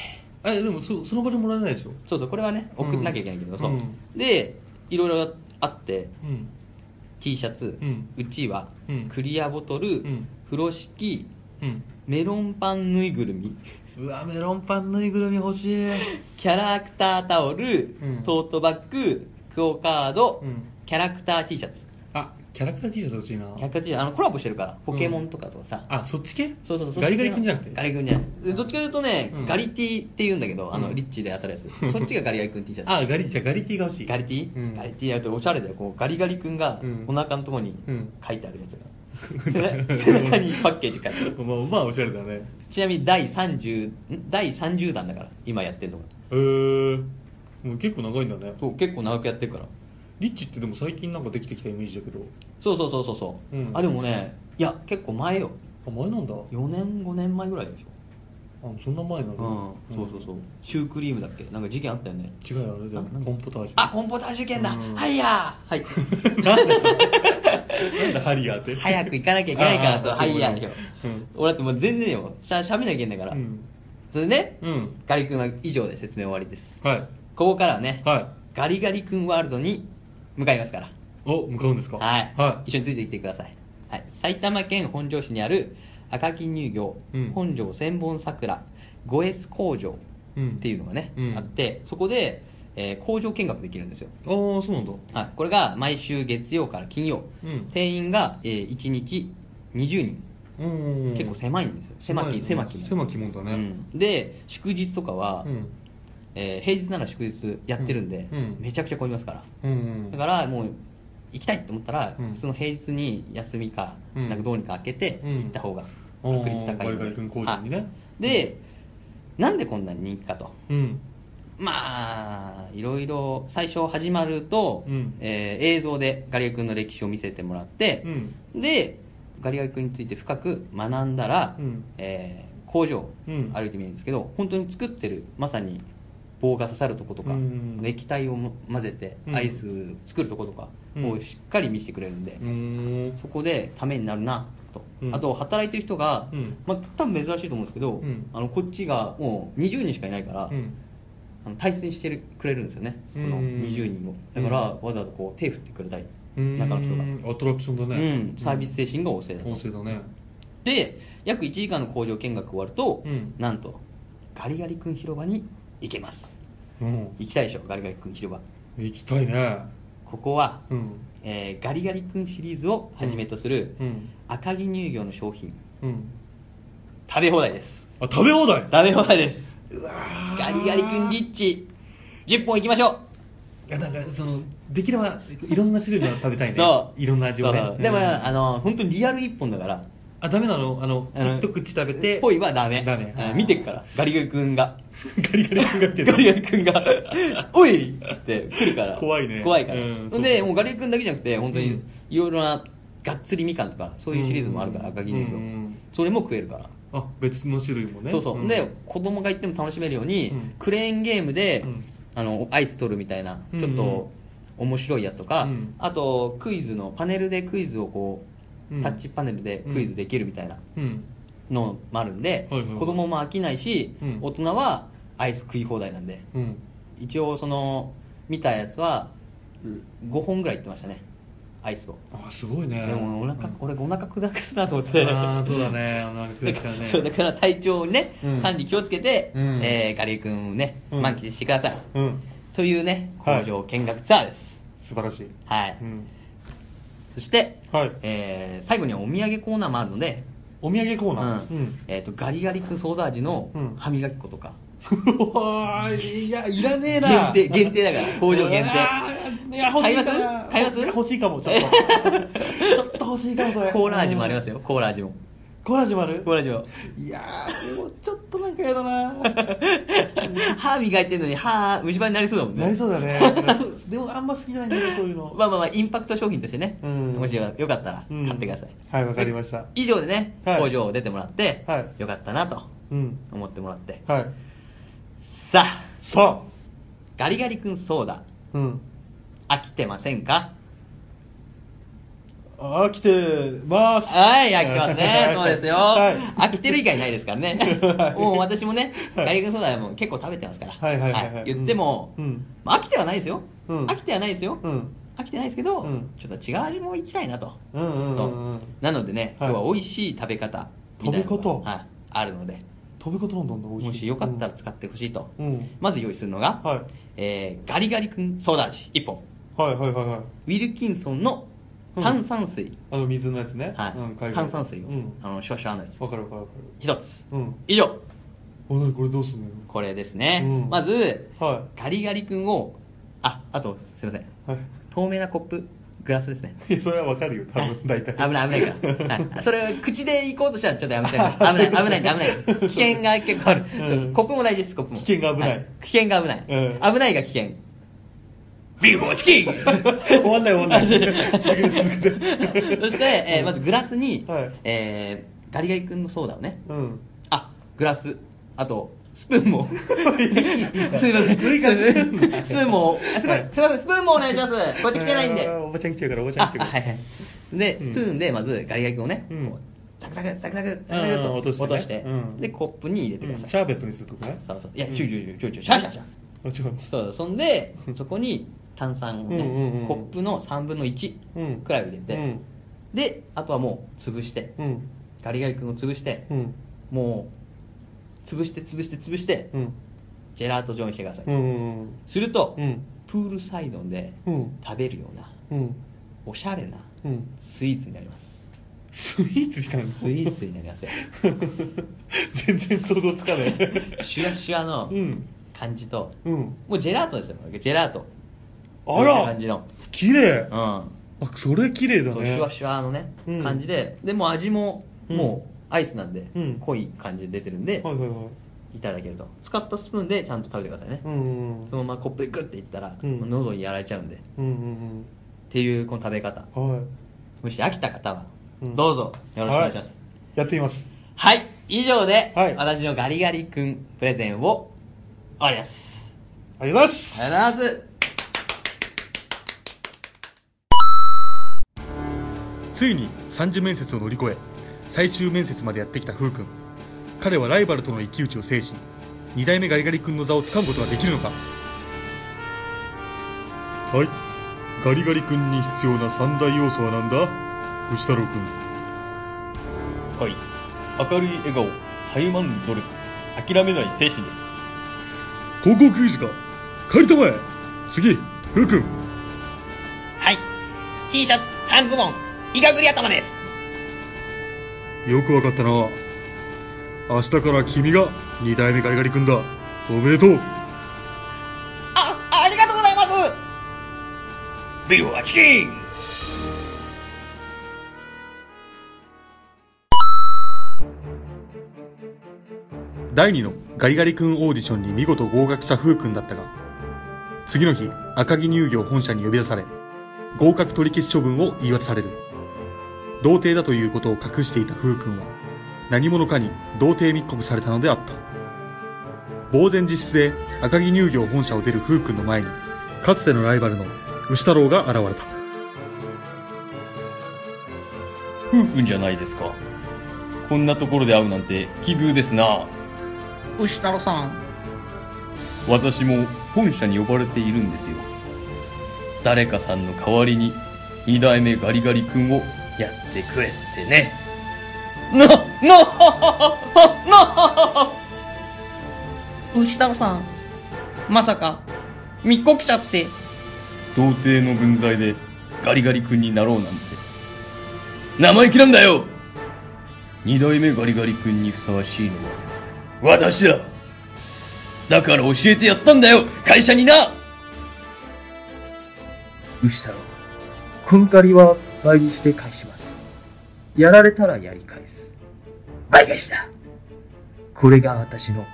B: えでもそその場でもらえないでしょ
C: そうそうこれはね送んなきゃいけないけど、
B: うん
C: そう、
B: うん
C: でいろいろあって
B: うん
C: T シャツ、
B: うん
C: うちは、
B: うん
C: クリアボトル、
B: ん
C: 風呂敷
B: うん
C: メロンパンぬいぐるみ
B: うわメロンパンぬいぐるみ欲しい
C: キャラクタータオル、
B: うん
C: トートバッグクオ・カード、
B: うん
C: キャラクター T シャツ
B: あキャラクター T シャツ欲しいな
C: キャラクター T シャツあのコラボしてるからポケモンとかとさ、
B: あそっち系
C: そうそうそう
B: ガリガリ君じゃなくて
C: ガリガリ君じゃなくてどっちかというとね、
B: うん
C: ガリティって言うんだけどあの、
B: うん
C: リッチで当たるや つそっちがガリガリ君 T シャツ
B: あガリじゃあガリ T が欲しい
C: ガリティ、
B: うん
C: ガリティやるとおしゃれだよこうガリガリ君が
B: うん
C: お腹のとこに
B: うん
C: 書いてあるやつが、背背中 にパッケージ書いてある
B: まあまあおしゃれだね
C: ちなみに第 30, ん第30弾だから今やってるのが
B: えー、もう結構長いんだね
C: そう結構長くやってるから
B: リッチってでも最近なんかできてきたイメージだけど
C: そうそうそうそうそう、
B: うん
C: あでもねいや結構前よ
B: あ前なんだあ
C: 4年5年前ぐらいでし
B: そんな前な
C: ょ、うんそ
B: の
C: うそうそうシュークリームだっけなんか事件あったよね
B: 違うよあれだよ
C: あなんだ
B: コンポタージュ
C: あコンポター事件だ、
B: うん
C: はいやーはい
B: なんでハリアーって
C: 早く行かなきゃいけないから
B: あー
C: そう
B: あー
C: はいやー
B: そう
C: よ
B: ねうん
C: 俺だってもう全然よしゃしゃべんなきゃいけないから、
B: うん
C: それでね、
B: うん
C: ガリ君は以上で説明終わりです
B: はい
C: ここからはね、
B: は
C: ガリガリ君ワールドに向かいますから
B: いお向かうんですか
C: はい、
B: は
C: 一緒についてきてください、はい、埼玉県本庄市にある赤木乳業、
B: うん
C: 本庄千本桜ゴエス工場
B: いうん
C: っていうのがね、
B: うん
C: あってそこで、えー工場見学できるんですよ、
B: ああそうなんだ
C: はい、これが毎週月曜から金曜、
B: うん
C: 定員が、え1日20人、
B: うん
C: 結構狭いんですよ狭き
B: 狭
C: 狭
B: い
C: き
B: 狭きもんだね
C: うんで祝日とかは、
B: うん
C: えー平日なら祝日やってるんで、
B: うんうん
C: めちゃくちゃ混みますから
B: うん
C: だからもう行きたいと思ったら、
B: うん
C: その平日に休みか,、
B: うん
C: なんかどうにか開けて
B: うん
C: 行った方が
B: あー
C: 確率高いので、
B: ガリガリ君工場にね
C: はいでなんでこんなに人気かと
B: うん
C: まあいろいろ最初始まると、
B: うん
C: えー映像でガリガリ君の歴史を見せてもらって
B: う、ん
C: でガリガリ君について深く学んだら、
B: うん
C: えー工場
B: うん
C: 歩いてみるんですけど、本当に作ってるまさに棒が刺さるとことか、
B: うん
C: 液体をも混ぜて
B: うん
C: アイス作るとことか
B: うん
C: をしっかり見せてくれるんで、
B: うーん
C: そこでためになるなと、
B: うん
C: あと働いてる人が、
B: うん
C: まあ、多分珍しいと思うんですけど、
B: うん
C: あのこっちがもう20人しかいないから、
B: うん
C: あの大切にしてるくれるんですよねこの
B: うん
C: 20人をだからわざわざこう手振ってくれたり中の人が、
B: うんアトラクションだね
C: うん、サービス精神が旺盛だと、
B: 音声だね
C: で約1時間の工場見学終わると、
B: うん
C: なんとガリガリ君広場に行けます
B: うん
C: 行きたいでしょガリガリ君広場
B: 行きたいね
C: ここは、
B: うん
C: えーガリガリ君シリーズをはじめとする
B: うん
C: 赤城乳業の商品
B: うん
C: 食べ放題です。
B: あ食べ放題
C: 食べ放題です。
B: うわー
C: ガリガリ君リッチ。10本いきましょう。
B: いやなんかそのできればいろんな種類の食べたいね
C: そう。
B: いろんな味をね
C: そうそう
B: うん
C: でも、あの、本当にリアル1本だから。
B: あダメなのあの
C: あの
B: 一口食べて
C: ぽいはダメ。
B: ダメ
C: うん見てっから。ガリガリ君が。
B: ガリガリ君がってる
C: ガリガリ君 が、おいっつって来るから。
B: 怖いね
C: 怖いから。
B: うん
C: ほんで、もうガリガリ君だけじゃなくて、本当
B: う
C: に
B: ん
C: いろいろな、がっつりみかんとか、そういうシリーズもあるから、
B: うん
C: 赤木乳業
B: うん
C: それも食えるから。
B: あ別の種類もね
C: そうそう。
B: ん
C: で、子供が行っても楽しめるように
B: うん、
C: クレーンゲームで
B: うん、
C: あの、アイス取るみたいな、
B: うん
C: ちょっと、面白いやつとか
B: うん、
C: あと、クイズの、パネルでクイズをこ
B: うん
C: う、タッチパネルでクイズできるみたいな。
B: うん
C: のもあるんで、
B: はいはいはい
C: 子供も飽きないし、
B: うん
C: 大人はアイス食い放題なんで
B: うん
C: 一応その見たやつは5本ぐらいいってましたねアイスを、
B: あすごいね
C: でもお腹、
B: うん
C: 俺お腹下すなと思って
B: ああそうだねお腹下
C: だ
B: しち
C: か
B: ゃう
C: ら
B: ね
C: そうだから体調をね、
B: うん
C: 管理気をつけて、
B: うん
C: えーガリ君をね、
B: うん
C: 満喫してください
B: うん
C: というね
B: は
C: 工
B: い
C: 場見学ツアーです
B: 素晴らしい
C: はい、
B: うん
C: そして、
B: はい
C: えー最後にはお土産コーナーもあるので、
B: お土産コーナー
C: うんえー、とガリガリ君ソーダ味の
B: うん
C: 歯磨き粉とか、
B: うわーいやいらねえな
C: 限定限定だから工場限
B: うわ
C: 定
B: ーいや欲し
C: 買
B: いな
C: います買います
B: 欲しいかもちょっ とちょっと欲しいかもそれ
C: コーラ味もありますよコーラ味も
B: コーラ味もある
C: コーラ味も
B: いやーでもちょっとなんかやだな
C: 歯磨いてんのに歯虫歯になりそうだもんね
B: なりそうだねなんかそうでもあんま好きじゃないんだよねそういうの
C: まあまあまあインパクト商品としてね、
B: うん
C: もしよかったら
B: うん
C: 買ってください、
B: はいわかりました
C: 以上でね、
B: はい
C: 工場を出てもらって、
B: は
C: よかったなと
B: うん
C: 思ってもらって
B: はい
C: さあ
B: さ
C: ガリガリ君ソーダ
B: あうん
C: 飽きてませんか
B: あー来てます
C: はい、飽きてます ね。そうですよ。
B: はい
C: 飽きてる以外ないですからね
B: はい。
C: もう私もね、
B: はい
C: ガリガリソーダも結構食べてますから。
B: はいはいはいはい
C: 言っても
B: うんうん、
C: まあ飽きてはないですよ。
B: うん
C: 飽きてはないですよ。
B: うん
C: 飽きてないですけど
B: うん、
C: ちょっと違う味もいきたいなと。
B: うんうんうんうん
C: なのでね、今
B: はい
C: 日は美味しい食べ方みたいなのが。
B: 食べ方
C: はい。あるので、
B: 飛びことなんだ美味
C: もしよかったら使ってほしいと
B: うんうん。
C: まず用意するのが
B: はい、
C: えーガリガリ君ソーダ味1本。
B: はいはいはいはい
C: ウィルキンソンの炭酸水。
B: あの水のやつね、
C: は
B: うん海
C: い。
B: 外
C: 炭酸水を
B: うん、
C: あの、シュワシュワのやつ。
B: わかるわかるわか
C: 一つ。
B: るうん
C: 以上。
B: おなにこれどうすんのよ
C: これですね、
B: うん
C: まず
B: は
C: ガリガリ君をああとすいません
B: いは
C: 透明なコップグラスですね
B: いいやそれはわかるよ多分大体
C: 危ない危ない から、はい、それ口で行こうとしたらちょっとやめて危
B: あ
C: ない危ない危ない危ない危険が結構ある、
B: うん
C: そうコップも大事ですコップも
B: 危険が危ない
C: 危険が危ない、
B: う
C: 危ないが危険
D: ビーフォーチキン
B: 終わんない終わんない続けて続けて
C: そして、えーまずグラスに、
B: はい
C: えーガリガリ君のソーダをね
B: うん
C: あグラスあとスプーンもすいません
B: 追加するんだ
C: スプーンもあすいませんすいませんスプーンもお願いしますこっち来てないんで
B: あーおばちゃん来ちゃうからおばちゃん
C: あ
B: 来ちゃう
C: は
B: か
C: いはいでスプーンでまずガリガリ君をね、
B: うん
C: こうザクザクザクザクザクザク
B: うん
C: と
B: 落
C: 落
B: と
C: と
B: し
C: してて,、
B: ねうん
C: でコップに入れて
B: ら
C: くだ
B: うん
C: さい、
B: シャーベットにするとかね
C: そうそういやチューチューチューチューチューシャーシャーシャー
B: あ違うの
C: そうそんでそこに炭酸をね、
B: うんうんうん
C: コップの3分の1くらいを入れて、
B: うん
C: であとはもう潰して
B: うん
C: ガリガリ君を潰して、
B: うん
C: もう潰して潰して潰して、
B: うん
C: ジェラート状にしてください、
B: うんうん
C: すると、
B: うん
C: プールサイドで
B: うん
C: 食べるような
B: うん
C: おしゃれな
B: うん
C: スイーツになります
B: スイーツしたの
C: スイーツになり ますよ
B: 全然想像つかない
C: シュワシュワの
B: うん
C: 感じと、
B: うん
C: もうジェラートですよジェラート
B: あ
C: そういう
B: ら
C: 感じの
B: 綺麗
C: う
B: あそれ綺麗
C: ん
B: だ
C: そうシュワ
B: ね
C: シュワのね、
B: うん
C: 感じででもう味も、
B: うん
C: もうアイスなんで、
B: うん
C: 濃い感じで出てるんで、
B: はいはいはい
C: いただけると使ったスプーンでちゃんと食べてくださいね、
B: うんうんうん
C: そのままコップでグッていったら、
B: うん
C: 喉にやられちゃうんでっ
B: うんうん
C: ていうこの食べ方
B: うんは
C: もし飽きた方は、
B: うん
C: どうぞよろしくお願いします
B: いやってみます
C: はい、以上で、
B: はい
C: 私のガリガリ君プレゼンを終わります
B: ありがとうございます
C: ありがとうございます
B: ついに三次面接を乗り越え最終面接までやってきた風君彼はライバルとの一騎打ちを制し二代目ガリガリ君の座を掴むことができるのかはいガリガリ君に必要な三大要素は何だ牛太郎君
D: はい明るい笑顔タイマン努力諦めない精神です
B: 高校球児か帰りたまえ次風君
E: はい。T シャツ、半ズボン、イガグリ頭です。
B: よくわかったな明日から君が二代目ガリガリ君だおめでとう
E: あ、ありがとうございます
D: ビーフはチキン
B: 第2のガリガリ君オーディションに見事合格した風君だったが次の日赤城乳業本社に呼び出され合格取り消し処分を言い渡される童貞だということを隠していた風君は何者かに童貞密告されたのであった呆然自失で赤城乳業本社を出る風君の前にかつてのライバルの牛太郎が現れた
D: フー君じゃないですかこんなところで会うなんて奇遇ですな
E: 牛太郎さん。
D: 私も本社に呼ばれているんですよ誰かさんの代わりに二代目ガリガリ君をやってくれってねな、な、な
E: 牛太郎さん。まさか、密告者って、
D: 童貞の分際でガリガリ君になろうなんて生意気なんだよ二代目ガリガリ君にふさわしいのは私だだから教えてやったんだよ会社にな
F: 牛太郎、この借りは倍にして返します。やられたらやり返す。倍返しだこれが私の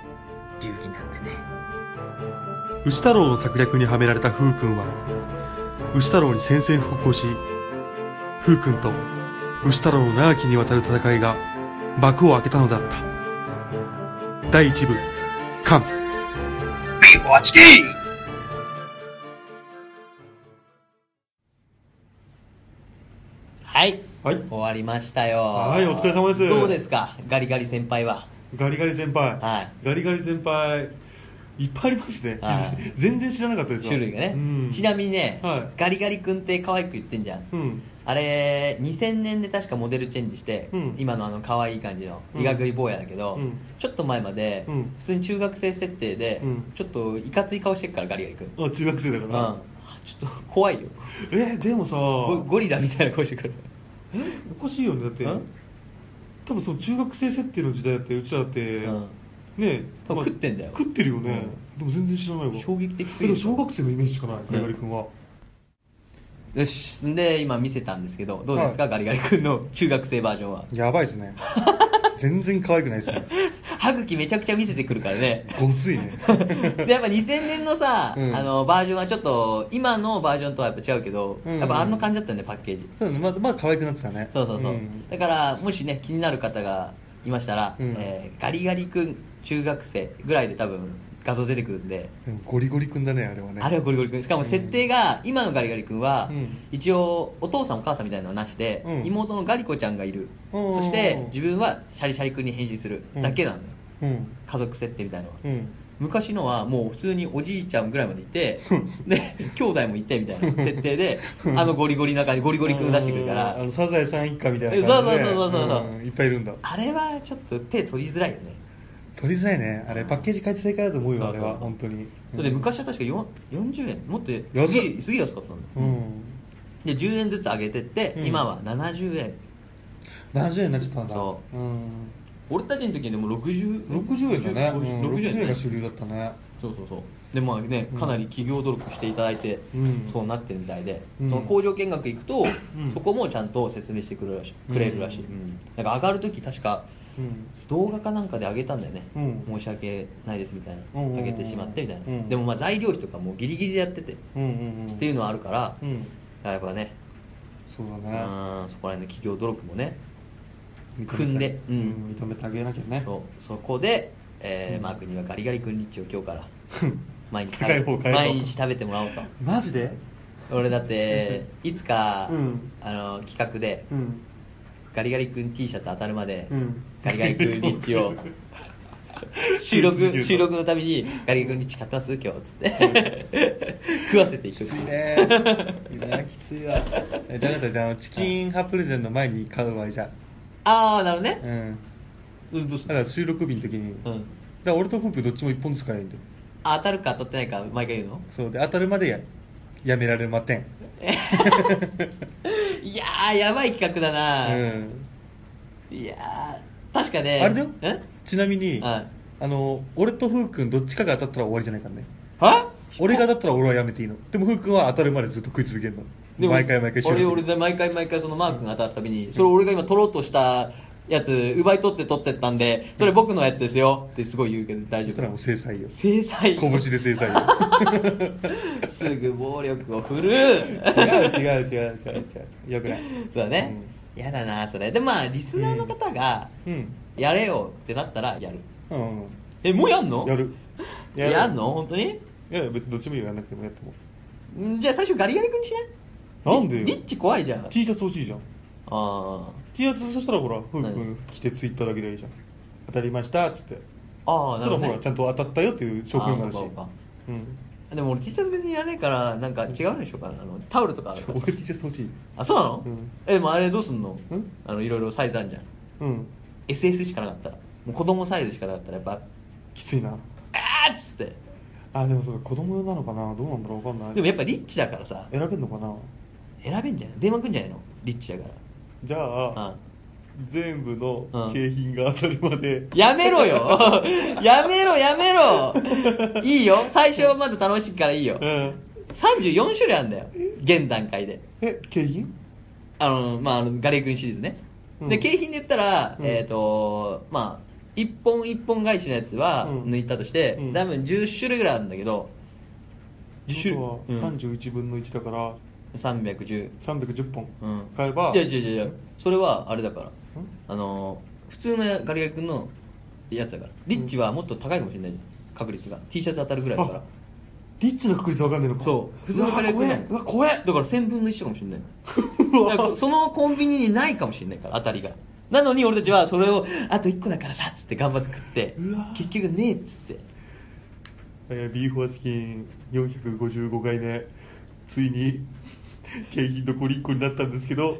F: 流儀なんでね。
B: 牛太郎の策略にはめられた風君は牛太郎に宣戦布告をし風君と牛太郎の長きにわたる戦いが幕を開けたのだった第1部「カン
D: ビーフォアチキン
C: はい。
B: はい
C: 終わりましたよ。
B: はいお疲れ様です
C: どうですかガリガリ先輩は。」
B: ガリガリ先輩、
C: はい
B: ガリガリ先輩いっぱいありますね、
C: はい
B: 全然知らなかったですわ
C: 種類がね、
B: うん、
C: ちなみにね、
B: はい
C: ガリガリ君って可愛く言ってんじゃん、
B: うん
C: あれ2000年で確かモデルチェンジして、
B: うん
C: 今のあの可愛い感じの
B: うん
C: いがぐり坊やだけど、
B: うん
C: ちょっと前まで、
B: うん
C: 普通に中学生設定で、
B: うん
C: ちょっといかつい顔してるからガリガリ君、
B: あ中学生だか
C: うん
B: ら、
C: ちょっと怖いよ
B: えでもさ
C: ゴゴリラみたいな顔してくる
B: えおかしいよねだって
C: うん
B: 多分その中学生設定の時代だってうちらだって、
C: うん
B: ね
C: 多分食ってんだよ
B: 食ってるよね、でも全然知らないわ
C: 衝撃的す
B: で
C: ぎ
B: も
C: る
B: 小学生のイメージしかないガリガリ君は、
C: よしんで今見せたんですけどどうですか、ガリガリ君の中学生バージョンは
B: やばいで すね全然可愛くないですね
C: 歯茎めちゃくちゃ見せてくるからね
B: ごついね
C: でやっぱ2000年のさ、
B: うん
C: あのバージョンはちょっと今のバージョンとはやっぱ違うけど、
B: うん
C: やっぱあの感じだったよねパッケージ
B: そうだねまだまだ可愛くなってたね
C: そうそうそう、
B: ん
C: だからもしね気になる方がいましたら、
B: うん
C: えーガリガリ君中学生ぐらいで多分画像出てくるんで、
B: でもゴリゴリ君だねあれはね
C: あれはゴリゴリ君しかも設定が、今のガリガリ君は、
B: うん
C: 一応お父さんお母さんみたいなのはなしで、
B: うん
C: 妹のガリコちゃんがいる、
B: うん
C: そして自分はシャリシャリ君に変身するだけなのよ、
B: うん
C: 家族設定みたいなのは、
B: うん
C: 昔のはもう普通におじいちゃんぐらいまでいてで兄弟もいてみたいな 設定であのゴリゴリ中にゴリゴリ君出してくるか
B: うんあ
C: ら
B: のサザエさん一家みたいな感
C: え
B: じで
C: そうそうそうそうそうそうん
B: いっぱいいるんだ
C: あれはちょっと手取りづらいよね
B: 取りづらいねあれパッケージ変えて正解だと思うよ
C: そう
B: あ
C: そう
B: れ
C: そう
B: は本当に
C: だって昔は確かよ40円もっと
B: 安い
C: すぎすぎ安かったんだよ
B: う
C: で
B: ん
C: 10円ずつ上げてって
B: うん
C: 今は70円
B: 70円になっちゃったんだ、
C: そう
B: ん、
C: 俺たちの時にでも60
B: 60円だね
C: 60
B: うん
C: 60円ね
B: が主流だったね
C: そうそうそうでまあね
B: うん
C: かなり企業努力していただいて、
B: うん
C: そうなってるみたいで、
B: うん
C: その工場見学行くと、
B: うん
C: そこもちゃんと説明してくれるらしい
B: うん
C: くれるらしい、なんか上がる時確か
B: うん
C: 動画かなんかで上げたんだよね、
B: うん
C: 申し訳ないですみたいな、
B: うんうんうん
C: 上げてしまってみたいな、
B: うん
C: でもまあ材料費とかもうギリギリでやってて、
B: うんうんうん
C: っていうのはあるから、
B: うん
C: やっぱね、
B: そうだ
C: う
B: ね
C: ん、そこら辺の企業努力もね
B: 認めて
C: 組んで
B: う
C: うんん、
B: 認めてあげなきゃね
C: そうそこで、えーマー君にはガリガリ君リッチを今日 から毎日食
B: 変えよう
C: べ
B: 変えよう
C: 毎日食べてもらおうと
B: マジで
C: 俺だっていつか、
B: うん
C: あの企画で
B: うん
C: ガリガリ君 T シャツ当たるまで、
B: うん
C: ガリガリ君リッチ を収録収録のためにガリガリ君リッチ買ってます今日つって食わせていく
B: きつい ねいやきついわえじゃああなたじゃあチキンハプレゼンの前に買うわじゃ
C: ああなるほど
B: あ
C: ね、
B: うん
C: うん、どうし
B: だ
C: た
B: から収録日の時に、だ
C: う
B: か
C: ん
B: ら俺とフークどっちも一本ずつ買えばいいんだよ
C: あ当たるか当たってないか毎回言うの
B: そうで当たるまでややめられません
C: いやーやばい企画だな、
B: うん
C: いや確かね
B: あれだよ
C: え
B: ちなみに、
C: はい
B: あの俺とふうくんどっちかが当たったら終わりじゃないからね
C: は
B: 俺が当たったら俺はやめていいのでもふうくんは当たるまでずっと食い続けるの毎回毎回
C: 俺俺で毎回毎回そのマークが当たるたびにそれ俺が今取ろうとしたやつ奪い取って取ってったんでそれ僕のやつですよってすごい言うけど大
B: そし
C: 丈
B: たらも
C: 夫
B: う制裁よ
C: 制裁
B: 拳で制 裁よ
C: すぐ暴力を振るう
B: 違う違う違う違う違うよくない
C: そうだね、やだなそれでまあリスナーの方が
B: うん
C: やれよってなったらやる
B: うん
C: えもうやんの
B: やる
C: やんの本当に
B: いや別にどっちもやらなくてもやっても
C: んじゃあ最初ガリガリ君にしない
B: なんでよ
C: リッチ怖いじゃんあ
B: T シャツ欲しいじゃん
C: あ
B: T シャツそしたらほらふうく
C: 何
B: ん着てツイッターだけでいいじゃん当たりましたっつって
C: ああ
B: そし
C: な
B: た
C: るほ
B: らほ
C: ど、
B: ら
C: ね
B: ち、ゃんと当たったよっていう証拠になるし
C: あーそうかそうか
B: うん
C: でも俺 T シャツ別にやらないからなんか違うのにしようかなあのタオルとかあるから
B: 俺 T シャツ欲しい
C: あそうなの、
B: うん
C: えでもあれどうすんの、
B: うん
C: あのいろいろサイズあるじゃん
B: うん
C: SS しかなかったらもう子供サイズしかなかったらやっぱ
B: きついな
C: あーっつって
B: あでもそうか子供用なのかなどうなんだろうわかんない
C: でもやっぱリッチだからさ
B: 選べんのかな
C: 選べんじゃない電話くんじゃないのリッチだか
B: じゃ
C: ら、
B: あ、
C: うん
B: 全部の
C: うん
B: 景品が当たるまで、
C: やめろよ やめろやめろいいよ最初はまだ楽しいからいいよ
B: うん
C: 34種類あるんだよ現段階で
B: え景品
C: あのまああのガレー君シリーズね、
B: うん
C: で景品で言ったら、
B: うん
C: えっ、とまあ一本一本返しのやつは
B: うん
C: 抜いたとして、
B: うん
C: 多分10種類ぐらいあるんだけど10種
B: 本当は
C: 類、
B: 31分の1だから
C: うん、310
B: 310本
C: うん
B: 買えば、
C: いや違う違う違うそれはあれだからあの普通のガリガリ君のやつだからリッチはもっと高いかもしれないじゃん確率が T シャツ当たるぐらいだから
B: あリッチの確率わかんないのか
C: そう普通
B: 普通
C: のガ
B: のカ
C: リ
B: レ
C: ガリ君
B: ー
C: な
B: 怖え
C: いう
B: わ怖え
C: だから1000分の1かもしれ ないだからそのコンビニにないかもしれないから当たりがなのに俺たちはそれをあと1個だからさっつって頑張って食って
B: うわ
C: 結局ねえっつって
B: えー、ビーフォアチキン455回目ついに景品残り1個になったんですけど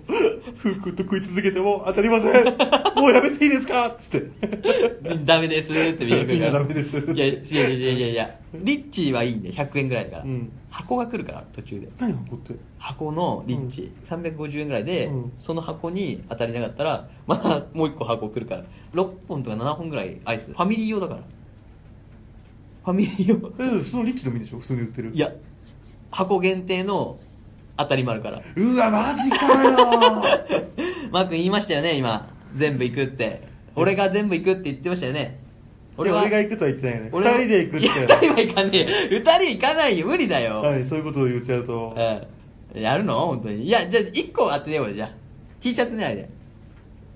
B: ふうくんと食い続けても当たりませ んもうやめていいですかっつって
C: ダメですってみんな来るから
B: いやダメです
C: いやいやいやいやいやリッチはいいね100円ぐらいだから、
B: うん
C: 箱が来るから途中で
B: 何箱って
C: 箱のリッチ、350円ぐらいで、
B: うん
C: その箱に当たりなかったらまたもう1個箱来るから6本とか7本ぐらいアイスファミリー用だからファミリー用
B: えそのリッチのもいいんでしょ普通に売ってる
C: いや箱限定の当たりもあるから
B: うわマジかよ
C: マー君言いましたよね今全部行くって俺が全部行くって言ってましたよね
B: 俺
C: は
B: 俺が行くとは言ってないよね
C: 俺は
B: 二人で行くっ
C: い
B: て
C: や2人は行かねえよ2人行かないよ無理だよ、
B: はいそういうことを言っちゃうと
C: うんやるの本当にいやじゃあ1個当てようよじゃあ T シャツ狙いで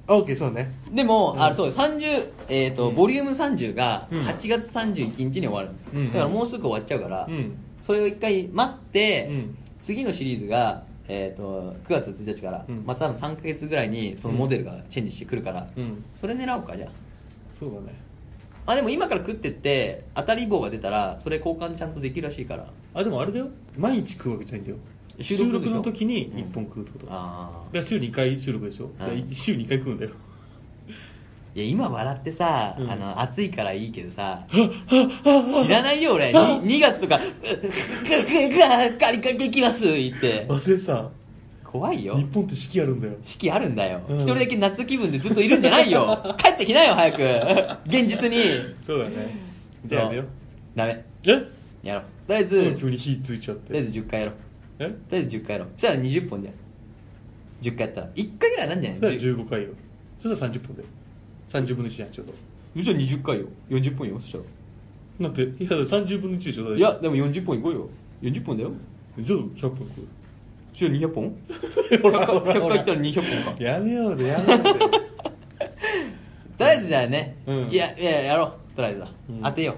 B: あオッケーそうね
C: でも、あそう30、えーとボリューム30が
B: うん
C: 8月31日に終わる、
B: うんうん
C: だからもうすぐ終わっちゃうから、
B: うん
C: それを一回待って、
B: うん
C: 次のシリーズが、えー、と9月1日から、
B: うん
C: また多分3か月ぐらいにそのモデルがチェンジしてくるから、
B: うん
C: それ狙おうかじゃあ
B: そうだね
C: あでも今から食ってって当たり棒が出たらそれ交換ちゃんとできるらしいから
B: あでもあれだよ毎日食うわけじゃないんだよ
C: 収
B: 収
C: 録
B: 録
C: でしょ
B: の時に1本食うってことだ、だか
C: ああ
B: ら週2回収録でしょ、だから
C: はい
B: 週2回食うん だよ
C: いや今笑ってさ、
B: うん
C: あの暑いからいいけどさ知らないよ俺 2, 月とか「ガリガリできます」言って
B: 忘れてた
C: 怖いよ
B: 日本って四季あるんだよ
C: 四季あるんだよ一、
B: うん
C: 人だけ夏気分でずっといるんじゃない よ帰ってきなよ早く現実に
B: そうだねじゃあやめよう
C: ダメ
B: え
C: やろうとりあえず、
B: うん
C: と
B: 急に火ついちゃっ
C: りあえ
B: て
C: ず10回やろう
B: え
C: とりあえず10回やろうそしたら20本じゃん10回やったら1回ぐらいなんじゃ
B: そし
C: な
B: た
C: い
B: ら
C: 10
B: 15回よそしたら30分で30分の1じゃんちょうど
C: じゃあ20回よ40本よそしたら
B: なんていやだから30分の1でしょだって
C: いやでも40本いこうよ40本だよ
B: じゃあ100分食う
C: じゃあ200本
B: ほ
C: ?100
B: ら
C: 回 100
B: ほらほ
C: 回
B: ら
C: いったら200本か
B: やめようぜやめよ うぜ
C: とりあえずじゃあね、
B: うん
C: いやいややろうとりあえずは、
B: うん
C: 当てよう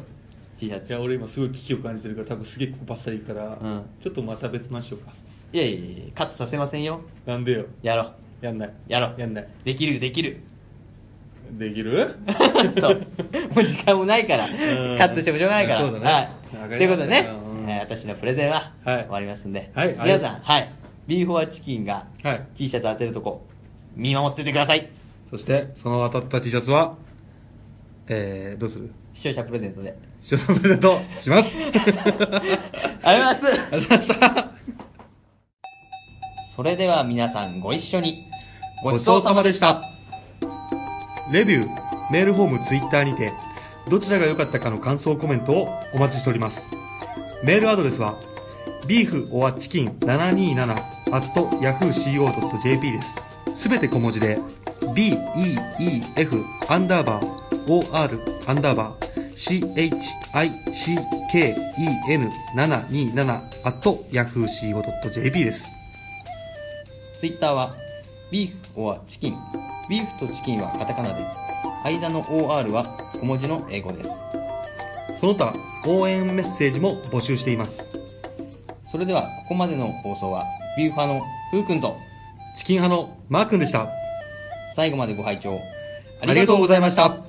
C: T シャ
B: い
C: ツ
B: や俺今すごい危機を感じてるから多分すげえここバッサリいくから、
C: うん
B: ちょっとまた別の話しようか
C: いやいやいやカットさせませんよ
B: なんでよ
C: やろう
B: やんない
C: やろう
B: やんない
C: できるできる
B: できる
C: そうもう時間もないからカ
B: ん
C: ットしてもしょうがないから
B: そうだね
C: は
B: わ
C: い、と
B: かりました
C: いうことでね、
B: うん
C: えー私のプレゼンは
B: はい
C: 終わりますんで、
B: はい
C: 皆さんはいビーフォアチキンが
B: はい
C: T シャツ当てるとこ見守っててください
B: そしてその当たった T シャツはえー、どうする
C: 視聴者プレゼントで
B: 視聴者プレゼントしますありがとう
C: ありがとうございます
B: ございました
C: それでは皆さんご一緒に
B: ごちそうさまでしたレビューメールフォーム、ツイッターにて、どちらが良かったかの感想コメントをお待ちしております。メールアドレスは、beeforchicken727-yahooco.jp です。すべて小文字で、beef アンダーバー or アンダーバー chicken727-yahooco.jp です。
C: ツイッターは、ビーフ or チキン。ビーフとチキンはカタカナで、間の OR は小文字の英語です。
B: その他、応援メッセージも募集しています。
C: それでは、ここまでの放送は、ビューファーのふうくんと、
B: チキン派のマー君でした。
C: 最後までご拝聴あ
B: りがとうございました。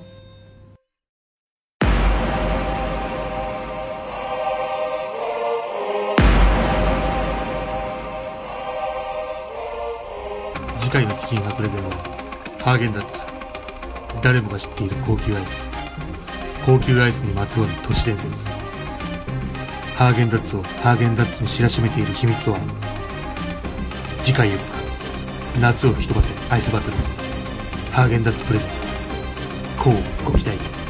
B: 次回のチキン派プレゼンは、ハーゲンダッツ。誰もが知っている高級アイス。高級アイスにまつわる都市伝説。ハーゲンダッツをハーゲンダッツに知らしめている秘密とは次回予告。夏を吹き飛ばせアイスバトル。ハーゲンダッツプレゼン。こうご期待。